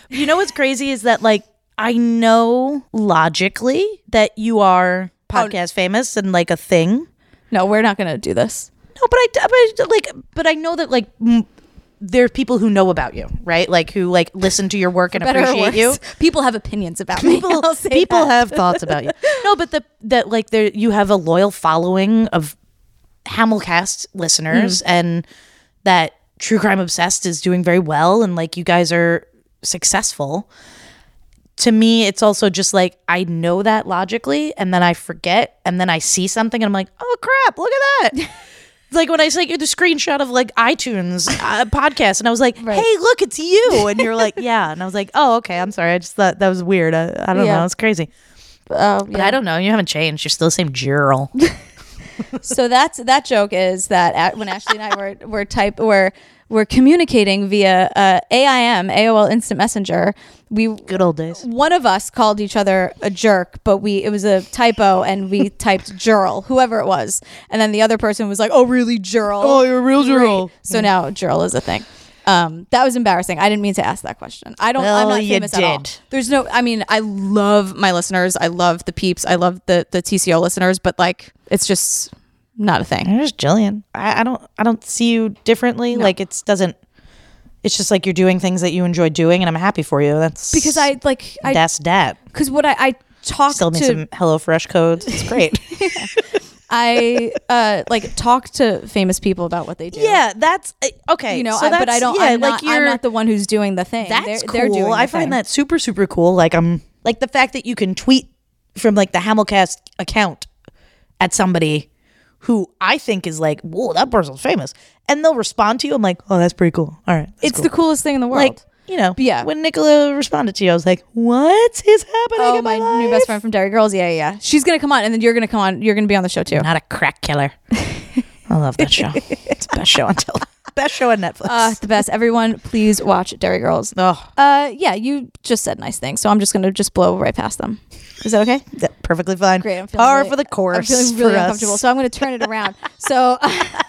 B: you know what's crazy is that like I know logically that you are
A: Oh,
B: podcast famous and like a thing.
A: No, we're not going to do this.
B: No, but I, but I- like, but I know that like. M- there are people who know about you, right? Like who like listen to your work and
A: Better or
B: appreciate
A: worse.
B: you.
A: People have opinions about me.
B: people
A: I'll say
B: people
A: that.
B: have thoughts about you. No, but the that like there you have a loyal following of Hamilcast listeners
A: Mm.
B: and that True Crime Obsessed is doing very well and like you guys are successful. To me, it's also just like I know that logically and then I forget and then I see something and I'm like, "Oh crap, look at that." It's Like when I sent you the screenshot of like iTunes uh, podcast, and I was like, "Hey, look, it's you!" And you're like, "Yeah," and I was like, "Oh, okay, I'm sorry. I just thought that was weird. I, I don't
A: Yeah.
B: know. It's crazy."
A: Um,
B: But I don't know. You haven't changed. You're still the same gerl.
A: so that's that joke is that at, when Ashley and I were were type were were communicating via uh, AIM AOL Instant Messenger, we
B: Good old days.
A: one of us called each other a jerk, but we it was a typo and we typed Jurl, whoever it was, and then the other person was like, "Oh, really, Jurl? Oh, you're a real Jurl." So now Jurl is a thing. Um, that was embarrassing. I didn't mean to ask that question. I don't. I'm
B: Well,
A: not
B: you
A: famous at all.
B: did.
A: There's no. I mean, I love my listeners. I love the peeps. I love the the TCO listeners. But like, it's just Not a thing.
B: There's Jillian. I, I don't I don't see you differently. Like it's doesn't it's just like you're doing things that you enjoy doing and I'm happy for you. That's
A: Because I like I
B: that's that.
A: because what I I talk
B: Still me
A: to
B: some Hello Fresh codes. It's great.
A: I uh like talk to famous people about what they do.
B: yeah, that's uh, okay.
A: You know,
B: so
A: I, but
B: that's-
A: I don't.
B: yeah,
A: I'm,
B: like
A: not,
B: you're
A: I'm not the one who's doing the thing.
B: That's
A: they're,
B: cool.
A: They're doing the
B: I find
A: thing.
B: that super super cool. Like I'm like the fact that you can tweet from like the Hamilcast account at somebody who I think is like, whoa, that person's famous, and they'll respond to you. I'm like, oh, that's pretty cool. All right, that's
A: it's
B: cool.
A: the coolest thing in the world.
B: like you know,
A: Yeah.
B: When Nicola responded to you, I was like, what is happening?
A: oh,
B: in
A: my,
B: my,
A: new
B: life?
A: best friend from Dairy Girls. Yeah, yeah, yeah. She's gonna come on, and then you're gonna come on. You're gonna be on the show too.
B: Not a crack killer. I love that show. It's the best show on television. Best show on Netflix.
A: Uh, it's the best. Everyone, please watch Dairy Girls.
B: oh,
A: Uh, yeah, you just said nice things, so I'm just gonna just blow right past them. Is that okay?
B: that perfectly fine.
A: Great. I'm feeling
B: Par
A: really-
B: for the course.
A: I'm feeling really
B: for us.
A: uncomfortable, so I'm going to turn it around. so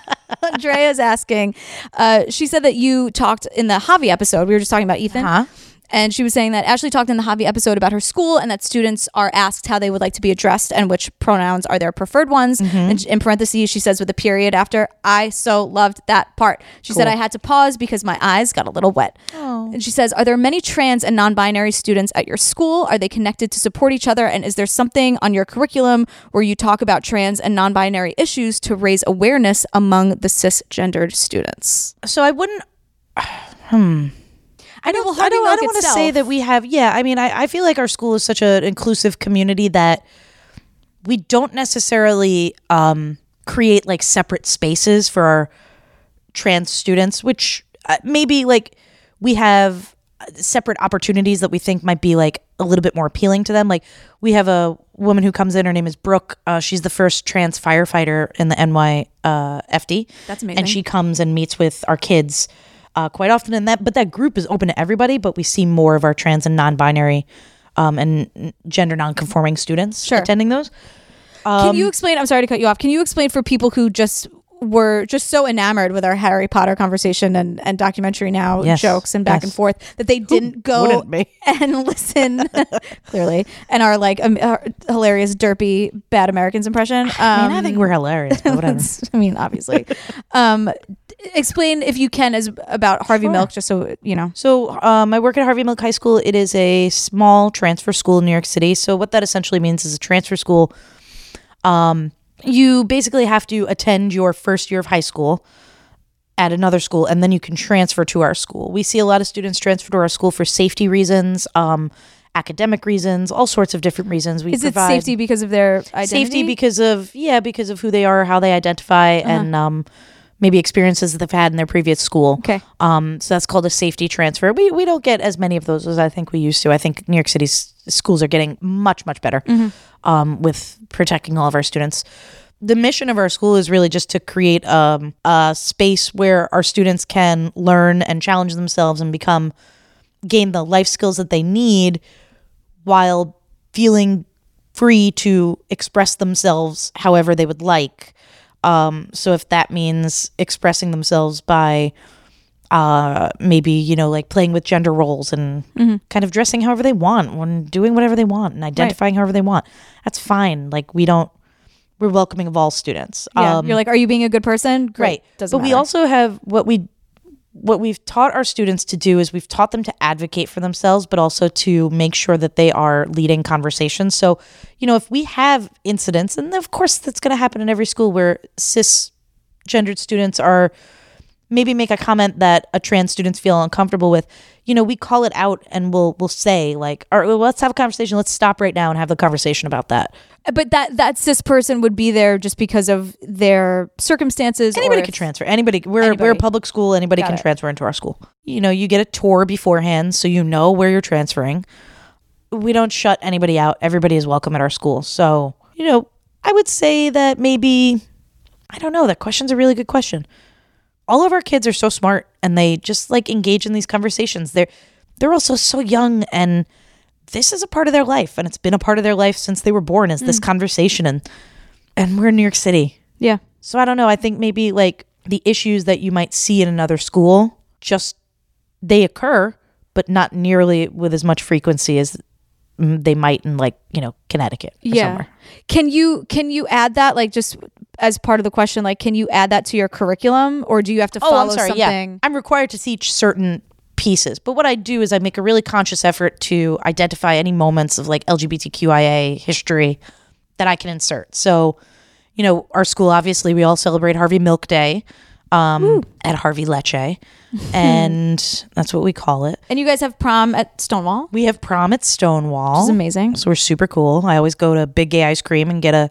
A: Andrea's asking. Uh, she said that you talked in the Javi episode. We were just talking about Ethan.
B: Huh?
A: And she was saying that Ashley talked in the Javi episode about her school and that students are asked how they would like to be addressed and which pronouns are their preferred ones.
B: Mm-hmm.
A: And in parentheses, she says with a period after, I so loved that part. She said, I had to pause because my eyes got a little wet. And she says, Are there many trans and non binary students at your school? Are they connected to support each other? And is there something on your curriculum where you talk about trans and non binary issues to raise awareness among the cisgendered students?
B: so I wouldn't.
A: I know, well,
B: I
A: Harvey
B: don't,
A: Milk
B: want to
A: itself-
B: say that we have. Yeah, I mean, I, I feel like our school is such an inclusive community that we don't necessarily um, create like separate spaces for our trans students, which uh, maybe like we have uh, separate opportunities that we think might be like a little bit more appealing to them. Like we have a woman who comes in, her name is Brooke. Uh, she's the first trans firefighter in the NY uh, FD.
A: That's amazing.
B: And she comes and meets with our kids uh, quite often, and that but that group is open to everybody. But we see more of our trans and non-binary um, and gender non-conforming students attending those.
A: Can
B: Um,
A: you explain? I'm sorry to cut you off. Can you explain for people who just were just so enamored with our Harry Potter conversation and, and documentary now
B: Yes,
A: jokes and back
B: yes.
A: and forth that they didn't go
B: wouldn't be?
A: and listen clearly and are like um, our hilarious derpy bad Americans impression. Um,
B: I mean, I think we're hilarious, but whatever.
A: I mean, obviously. um, d- explain if you can as about Harvey Milk, just so you know.
B: So um, I work at Harvey Milk High School. It is a small transfer school in New York City. So what that essentially means is a transfer school. Um, you basically have to attend your first year of high school at another school, and then you can transfer to our school. We see a lot of students transfer to our school for safety reasons, um, academic reasons, all sorts of different reasons. We
A: Is it
B: provide
A: safety because of their identity? Uh-huh.
B: safety because of yeah because of who they are how they identify and um maybe experiences that they've had in their previous school
A: Okay.
B: um so that's called a safety transfer we we don't get as many of those as i think we used to i think new york city's schools are getting much much better um with protecting all of our students the mission of our school is really just to create um, a space where our students can learn and challenge themselves and become gain the life skills that they need while feeling free to express themselves however they would like. Um, so if that means expressing themselves by uh, maybe, you know, like playing with gender roles and
A: Mm-hmm.
B: kind of dressing however they want and doing whatever they want and identifying however they want, that's fine. Like we don't, we're welcoming of all students.
A: Yeah,
B: Um,
A: you're like, are you being a good person? Great.
B: right
A: Doesn't
B: but we
A: matter.
B: also have what we what we've taught our students to do is we've taught them to advocate for themselves but also to make sure that they are leading conversations so you know if we have incidents and of course that's going to happen in every school where cis gendered students are maybe make a comment that a trans students feel uncomfortable with you know we call it out and we'll we'll say like all right well, let's have a conversation let's stop right now and have the conversation about that
A: but that that cis person would be there just because of their circumstances.
B: anybody
A: or
B: can
A: if-
B: transfer. Anybody. We're we're a
A: Anybody.
B: public school. Anybody can
A: it.
B: transfer into our school. You know, you get a tour beforehand, so you know where you're transferring. We don't shut anybody out. Everybody is welcome at our school. So you know, I would say that maybe I don't know. That question's a really good question. All of our kids are so smart, and they just like engage in these conversations. They're they're also so young and. This is a part of their life, and it's been a part of their life since they were born. Is this conversation, and and we're in New York City,
A: Yeah.
B: so I don't know. I think maybe like the issues that you might see in another school just they occur, but not nearly with as much frequency as mm, they might in like you know Connecticut. Or
A: Yeah.
B: Somewhere.
A: Can you can you add that like just as part of the question like can you add that to your curriculum or do you have to
B: Oh,
A: follow
B: I'm sorry.
A: something?
B: Yeah, I'm required to teach certain pieces, but what I do is I make a really conscious effort to identify any moments of like LGBTQIA history that I can insert. So, you know, our school obviously we all celebrate Harvey Milk Day um, at Harvey Leche, and that's what we call it.
A: And you guys have prom at Stonewall?
B: We have prom at Stonewall.
A: Which is amazing.
B: So we're super cool. I always go to Big Gay Ice Cream and get a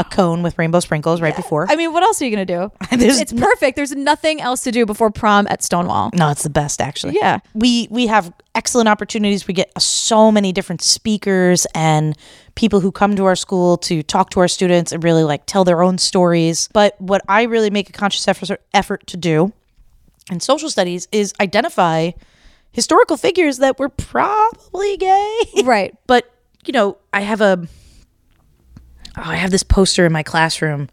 B: a cone with rainbow sprinkles right before.
A: I mean, what else are you going to do?
B: There's
A: it's perfect. There's nothing else to do before prom at Stonewall.
B: No, it's the best actually.
A: Yeah.
B: We we have excellent opportunities. We get so many different speakers and people who come to our school to talk to our students and really like tell their own stories. But what I really make a conscious effort effort to do in social studies is identify historical figures that were probably gay.
A: Right.
B: but you know, I have a oh, I have this poster in my classroom.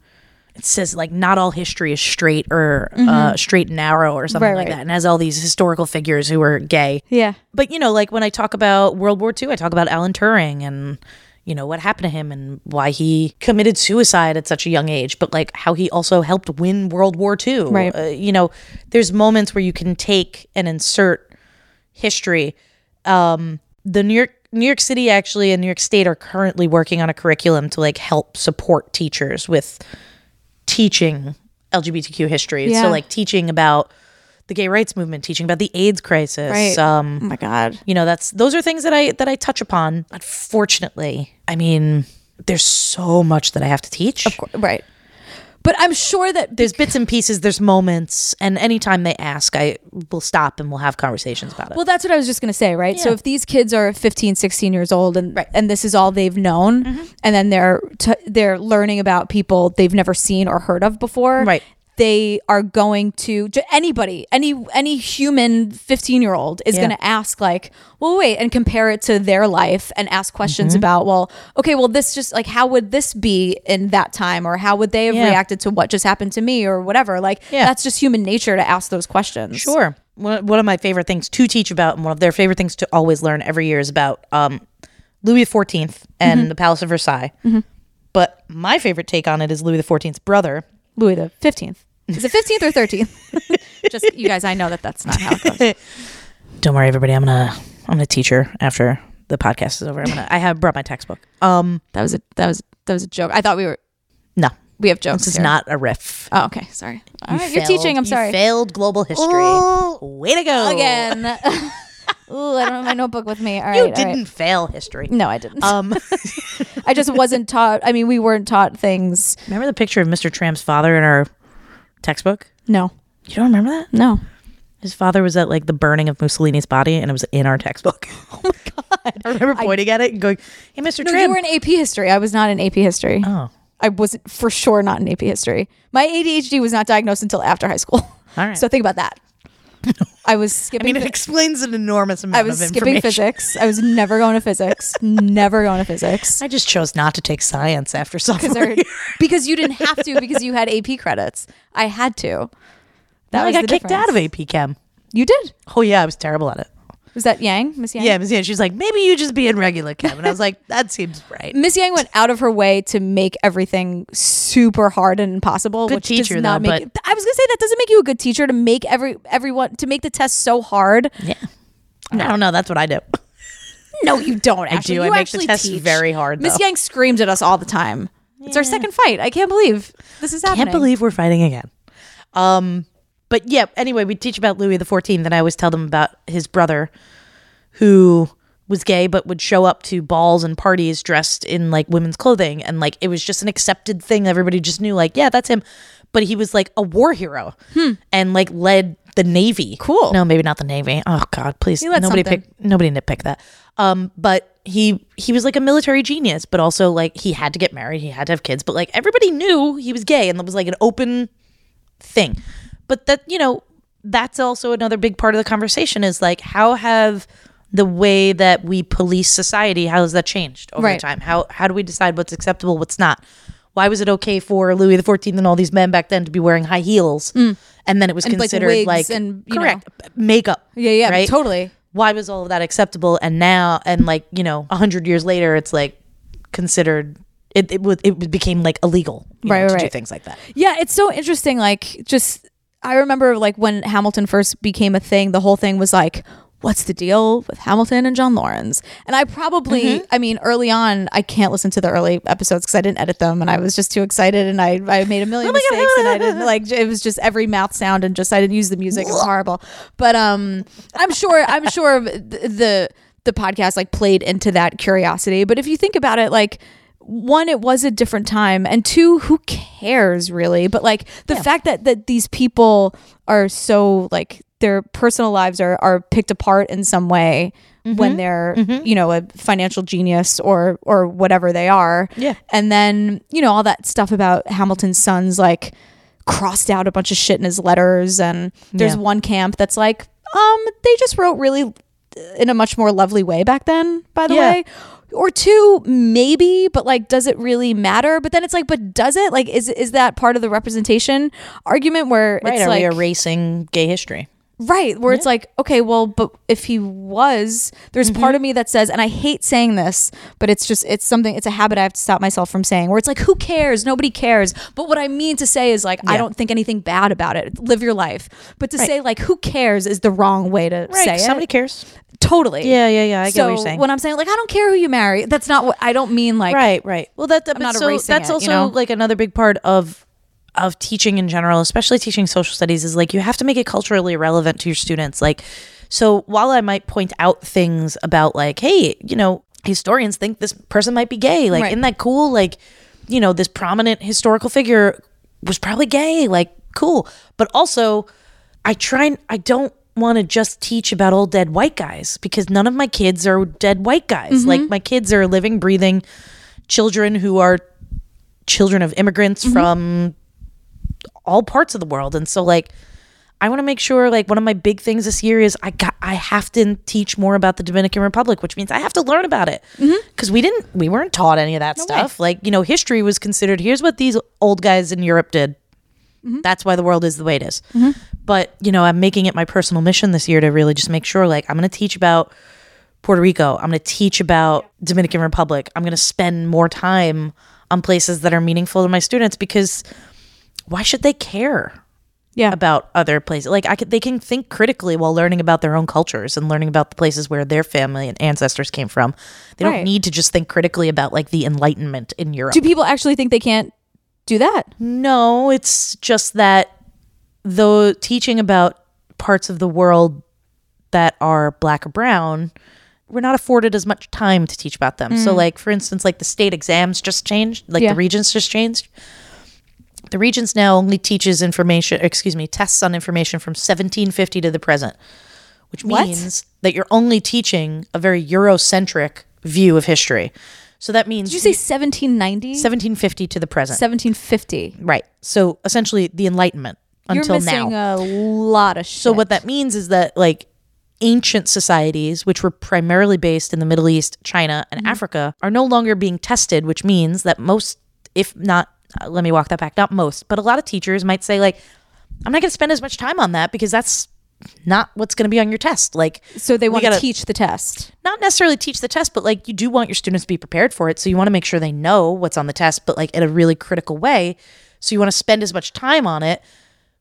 B: It says like not all history is straight or uh, straight and narrow or something
A: Right,
B: like
A: Mm-hmm. right.
B: that, and has all these historical figures who were gay.
A: Yeah.
B: But you know, like when I talk about World War II, I talk about Alan Turing and you know what happened to him and why he committed suicide at such a young age, but like how he also helped win World War II.
A: Right.
B: Uh, you know, there's moments where you can take and insert history. Um, the New York New York City actually and New York State are currently working on a curriculum to like help support teachers with teaching LGBTQ history.
A: Yeah.
B: So like teaching about the gay rights movement, teaching about the AIDS crisis.
A: Right.
B: Um,
A: Oh my god.
B: you know that's those are things that i that i touch upon unfortunately i mean there's so much that i have to teach of course.
A: Right. But I'm sure that
B: there's bits and pieces there's moments and anytime they ask i will stop and we'll have conversations about it
A: well that's what I was just going to say, right? So
B: Yeah.
A: if these kids are 15, 16 years old and
B: Right. Mm-hmm.
A: and this is all they've known and then they're t- they're learning about people they've never seen or heard of before.
B: Right.
A: They are going to j- anybody, any any human 15-year-old is
B: Yeah.
A: going to ask like, "Well, wait," and compare it to their life and ask questions
B: Mm-hmm.
A: about, "Well, okay, well this just like how would this be in that time or how would they have
B: Yeah.
A: reacted to what just happened to me or whatever?" Like
B: Yeah.
A: that's just human nature to ask those questions.
B: sure one, one of my favorite things to teach about and one of their favorite things to always learn every year is about um, louis xiv and the palace of versailles but my favorite take on it is louis xiv's brother
A: Louis the fifteenth. Is it fifteenth or thirteenth? Just you guys, I know that that's not how it goes.
B: don't worry everybody i'm gonna i'm gonna teach her after the podcast is over i'm gonna i have brought my textbook um
A: That was a that was that was a joke. I thought we were
B: no
A: we have jokes.
B: This is
A: here.
B: not a riff.
A: Oh, okay. Sorry. All
B: You
A: right, you're
B: failed-
A: teaching. I'm
B: you
A: sorry.
B: failed global history.
A: Ooh.
B: Way to go.
A: Again. Ooh, I don't have my notebook with me. All right.
B: You
A: all right.
B: didn't fail history.
A: No, I didn't.
B: Um,
A: I just wasn't taught. I mean, we weren't taught things.
B: remember the picture of Mr. Tramp's father in our textbook?
A: No,
B: You don't remember that?
A: no.
B: His father was at like the burning of Mussolini's body, and it was in our textbook. Oh my god! I remember pointing at it and going, "Hey, Mr.
A: No,
B: Tramp."
A: you were in AP history. I was not in AP history.
B: oh,
A: I was for sure not in AP history. My ADHD was not diagnosed until after high school.
B: all right.
A: So think about that. I was
B: I
A: skipping.
B: mean, it
A: thi-
B: explains an enormous amount.
A: I was
B: of
A: skipping
B: information.
A: physics. I was never going to physics. never going to physics.
B: I just chose not to take science after sophomore
A: Because
B: year.
A: because you didn't have to because you had AP credits. I had to. That
B: I
A: was
B: got
A: the
B: kicked out of
A: difference.
B: AP Chem.
A: You did.
B: Oh yeah, I was terrible at it.
A: Was that Yang, Miss Yang?
B: Yeah, Miss Yang. She's like, maybe you just be in regular chem. And I was like, that seems right.
A: Miss Yang went out of her way to make everything super hard and impossible.
B: Good
A: which
B: teacher,
A: does not
B: though,
A: make. I was gonna say that doesn't make you a good teacher to make every everyone to make the test so hard.
B: Yeah. I don't know. That's what I do.
A: No, you don't. Actually,
B: do. I
A: You
B: make the
A: actually
B: test
A: teach.
B: very hard,
A: Miss
B: though.
A: Yang screamed at us all the time. It's our second fight. I can't believe this is happening.
B: Can't believe we're fighting again. Um, but yeah. Anyway, we teach about Louis the Fourteenth, and I always tell them about his brother, who was gay but would show up to balls and parties dressed in like women's clothing, and like it was just an accepted thing. Everybody just knew, like, yeah, that's him. But he was like a war hero, and like led the Navy.
A: Hmm. Cool.
B: No, maybe not the Navy. Oh God, please.
A: led
B: nobody
A: something.
B: pick. Nobody nitpick that. Um, but he he was like a military genius, but also like he had to get married, he had to have kids, but like everybody knew he was gay, and that was like an open thing. But that you know, that's also another big part of the conversation is like how have the way that we police society how has that changed over
A: Right.
B: time? How how do we decide what's acceptable, what's not? Why was it okay for Louis XIV and all these men back then to be wearing high heels, and then it was
A: Mm. like,
B: considered
A: wigs
B: like
A: and, you
B: correct uh, makeup?
A: Yeah, yeah,
B: right?
A: totally.
B: why was all of that acceptable and now and like you know a hundred years later it's like considered it it, would, it became like illegal you know,
A: Right,
B: to do
A: right.
B: things like that
A: Yeah, it's so interesting. Like, just I remember like when Hamilton first became a thing, the whole thing was like, what's the deal with Hamilton and John Lawrence? And I probably, I mean, early on, I can't listen to the early episodes because I didn't edit them and I was just too excited and I, I made a million mistakes and I didn't like it was just every mouth sound and just I didn't use the music. It was horrible. But um, I'm sure I'm sure th- the the podcast like played into that curiosity. But if you think about it, like one it was a different time and two who cares really but like the fact that that these people are so like their personal lives are are picked apart in some way when they're you know a financial genius or or whatever they are
B: Yeah.
A: and then you know all that stuff about hamilton's sons like crossed out a bunch of shit in his letters and there's
B: Yeah.
A: one camp that's like um they just wrote really uh, in a much more lovely way back then by the
B: Yeah.
A: way or two maybe but like does it really matter but then it's like but does it like is is that part of the representation argument where
B: right
A: it's
B: are
A: like
B: we erasing gay history
A: Right, where it's like, okay, well, but if he was, there's
B: Mm-hmm.
A: part of me that says, and I hate saying this, but it's just, it's something, it's a habit I have to stop myself from saying, where it's like, who cares? Nobody cares. But what I mean to say is, like, I don't think anything bad about it. Live your life. But to say, like, who cares is the wrong way to say
B: somebody
A: it.
B: cares
A: Totally.
B: yeah yeah yeah i get
A: so
B: what you're saying
A: when I'm saying, like, I don't care who you marry, that's not what I don't mean, like,
B: right right well that, that but
A: not
B: so
A: erasing
B: that's
A: it, you
B: also
A: know?
B: like another big part of of teaching in general especially teaching social studies is like you have to make it culturally relevant to your students like so while i might point out things about like hey you know historians think this person might be gay like
A: Right.
B: isn't that cool like you know this prominent historical figure was probably gay like cool but also i try and i don't want to just teach about old dead white guys because none of my kids are dead white guys like my kids are living breathing children who are children of immigrants from all parts of the world and so like i want to make sure like one of my big things this year is i got i have to teach more about the dominican republic which means i have to learn about it because we didn't we weren't taught any of that stuff like you know history was considered here's what these old guys in europe did
A: Mm-hmm.
B: that's why the world is the way it is. But, you know, I'm making it my personal mission this year to really just make sure like I'm going to teach about Puerto Rico, I'm going to teach about Dominican Republic. I'm going to spend more time on places that are meaningful to my students because why should they care?
A: Yeah.
B: About other places. Like I could, they can think critically while learning about their own cultures and learning about the places where their family and ancestors came from. They don't
A: Right.
B: need to just think critically about like the enlightenment in Europe.
A: Do people actually think they can't do that?
B: No, it's just that though teaching about parts of the world that are black or brown, we're not afforded as much time to teach about them. So like for instance, like the state exams just changed, like
A: Mm. Yeah.
B: the regents just changed. The regents now only teaches information, excuse me, tests on information from 1750 to the present, which
A: What?
B: means that you're only teaching a very eurocentric view of history. So that means
A: Did you say 1790?
B: 1750 to the present.
A: 1750.
B: Right. So essentially the Enlightenment until
A: You're missing uh, a
B: now.
A: lot of shit.
B: so what that means is that like ancient societies which were primarily based in the Middle East, China,
A: Mm-hmm.
B: and Africa are no longer being tested, which means that most if not uh, let me walk that back, not most, but a lot of teachers might say like I'm not going to spend as much time on that because that's not what's going to be on your test. Like
A: So they
B: we
A: want to
B: gotta-
A: teach the test.
B: not necessarily teach the test, but like you do want your students to be prepared for it. So you want to make sure they know what's on the test, but like in a really critical way. So you want to spend as much time on it.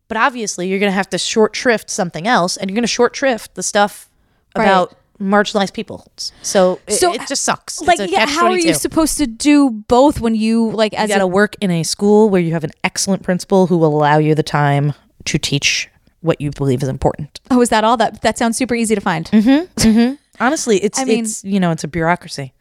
B: But obviously, you're going to have to short shrift something else, and you're going to short shrift the stuff about marginalized people. So it,
A: So,
B: it just sucks.
A: Like,
B: it's a
A: yeah,
B: catch
A: how are
B: 22.
A: you supposed to do both when you like as
B: you
A: a
B: got to work in a school where you have an excellent principal who will allow you the time to teach what you believe is important.
A: oh is that all that that sounds super easy to find?
B: Mm-hmm. Honestly, it's
A: mean-
B: it's you know it's a bureaucracy.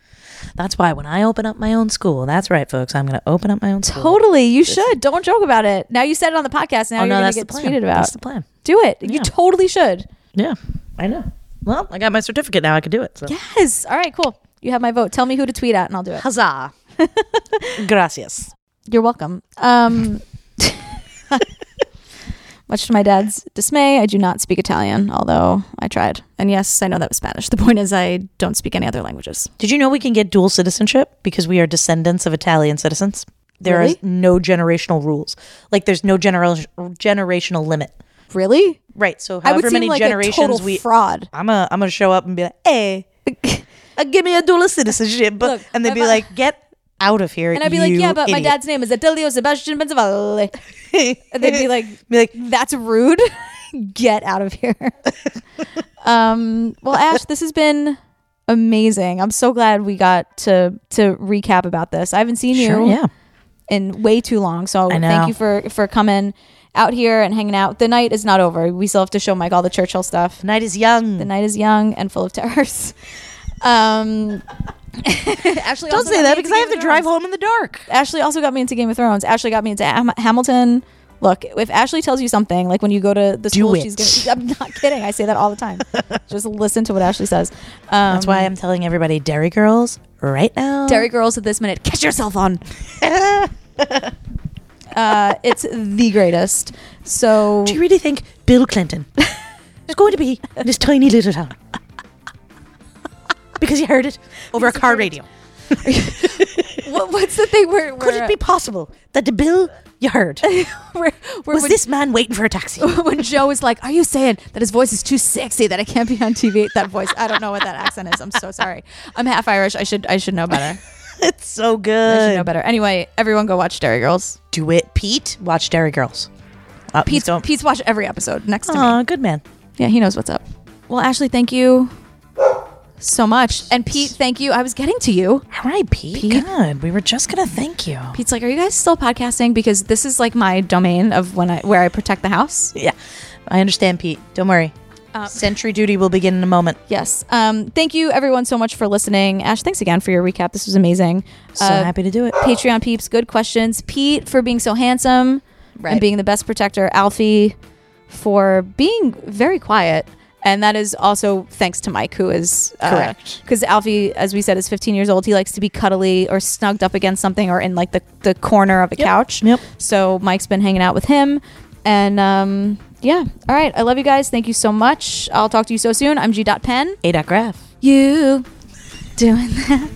B: That's why when I open up my own school, that's right, folks. I'm going to open up my own school.
A: Totally, you should. Don't joke about it. Now you said it on the podcast. Now
B: Oh
A: you're
B: no,
A: gonna
B: that's the
A: get
B: plan.
A: tweeted about.
B: That's the plan.
A: do it. You totally should.
B: Yeah, I know. Well, I got my certificate now. I can do it. So.
A: Yes. All right. Cool. You have my vote. Tell me who to tweet at, and I'll do it.
B: Huzzah! Gracias.
A: You're welcome. Um, much to my dad's dismay, I do not speak Italian, although I tried. And yes, I know that was Spanish. The point is, I don't speak any other languages.
B: Did you know we can get dual citizenship because we are descendants of Italian citizens? There is
A: Really?
B: no generational rules. Like there's no genera- generational limit.
A: Really?
B: Right. So
A: I
B: however
A: would
B: many
A: seem like a
B: generations
A: total
B: we
A: fraud.
B: I'm a I'm gonna show up and be like, hey, uh, give me a dual citizenship, but
A: Look,
B: and they'd
A: my
B: be
A: mo-
B: like, get out of here.
A: And I'd be like, yeah, but my dad's name is Adelio Sebastian Benzavalli. And they'd be like,
B: be like,
A: that's rude. Get out of here. um, well, Ash, this has been amazing. I'm so glad we got to to recap about this. I haven't seen
B: sure,
A: you
B: yeah.
A: in way too long, so
B: I know.
A: thank you for for coming out here and hanging out. The night is not over. We still have to show Mike all the Churchill stuff.
B: The night is young.
A: The night is young and full of terrors. Um, Ashley,
B: Don't
A: also
B: say
A: got
B: that
A: me into
B: because I
A: Game
B: have
A: of
B: to drive
A: Thrones.
B: home in the dark.
A: Ashley also got me into Game of Thrones. Ashley got me into Ham- Hamilton. Look, if Ashley tells you something, like when you go to the school,
B: it.
A: she's gonna. I'm not kidding. I say that all the time. Just listen to what Ashley says. Um,
B: That's why I'm telling everybody, Dairy Girls, right now.
A: Dairy Girls at this minute. Catch yourself on. uh, it's the greatest. So
B: Do you really think Bill Clinton is going to be in this tiny little town? Because he heard it over a car radio.
A: what, what's the thing where,
B: Could
A: where-
B: it be possible that the bill you heard
A: where, where
B: was
A: when-
B: this man waiting for a taxi?
A: when Joe is like, "Are you saying that his voice is too sexy that I can't be on TV?" That voice, I don't know what that accent is. I'm so sorry. I'm half Irish. I should I should know better.
B: It's so
A: I should know
B: good.
A: better. Anyway, everyone go watch Dairy Girls.
B: Do it, Pete. Watch Dairy Girls. Uh, please
A: Pete's,
B: don't.
A: Pete's watch every episode next to me.
B: Aw, uh, good man.
A: Yeah, he knows what's up. Well, Ashley, thank you so much. And Pete, thank you. I was getting to you.
B: All right, Pete.
A: Pete?
B: Good. We were just gonna thank you.
A: Pete's like, "Are you guys still podcasting?" Because this is like my domain of when I where I protect the house.
B: Yeah, I understand, Pete. Don't worry. Sentry duty will begin in a moment.
A: Yes. Um, thank you everyone so much for listening. Ash, thanks again for your recap. This was amazing. Uh,
B: So happy to do it.
A: Patreon peeps, good questions. Pete for being so handsome and being the best protector. Alfie for being very quiet. And that is also thanks to Mike, who is uh,
B: Correct.
A: Because Alfie, as we said, is 15 years old. He likes to be cuddly or snugged up against something or in like the, the corner of a couch.
B: Yep.
A: So Mike's been hanging out with him. And um, yeah. All right. I love you guys. Thank you so much. I'll talk to you so soon. I'm G. Pen.
B: A dot graph.
A: You doing that?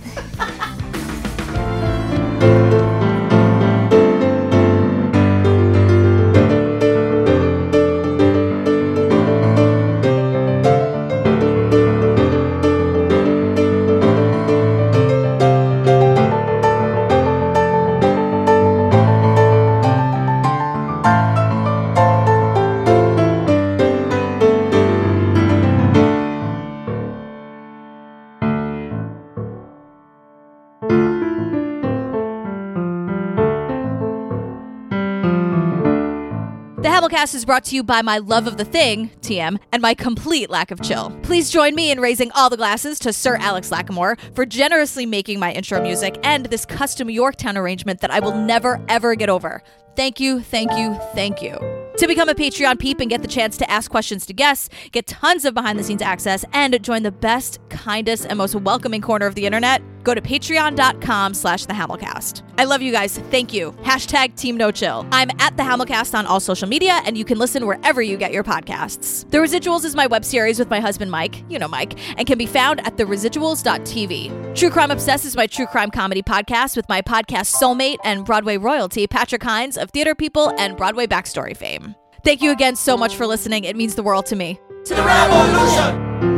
A: The Hemelcast is brought to you by my love of the thing, TM, and my complete lack of chill. Please join me in raising all the glasses to Sir Alex Lackamore for generously making my intro music and this custom Yorktown arrangement that I will never, ever get over. Thank you, thank you, thank you. To become a Patreon peep and get the chance to ask questions to guests, get tons of behind the scenes access, and join the best, kindest, and most welcoming corner of the internet, go to patreon.com slash the Hamilcast. I love you guys. Thank you. Hashtag Team No Chill. I'm at the Hamilcast on all social media, and you can listen wherever you get your podcasts. The Residuals is my web series with my husband Mike, you know Mike, and can be found at theresiduals.tv. True Crime Obsessed is my true crime comedy podcast with my podcast soulmate and Broadway royalty, Patrick Hines of Theater People and Broadway Backstory fame. Thank you again so much for listening. It means the world to me.
E: To the revolution!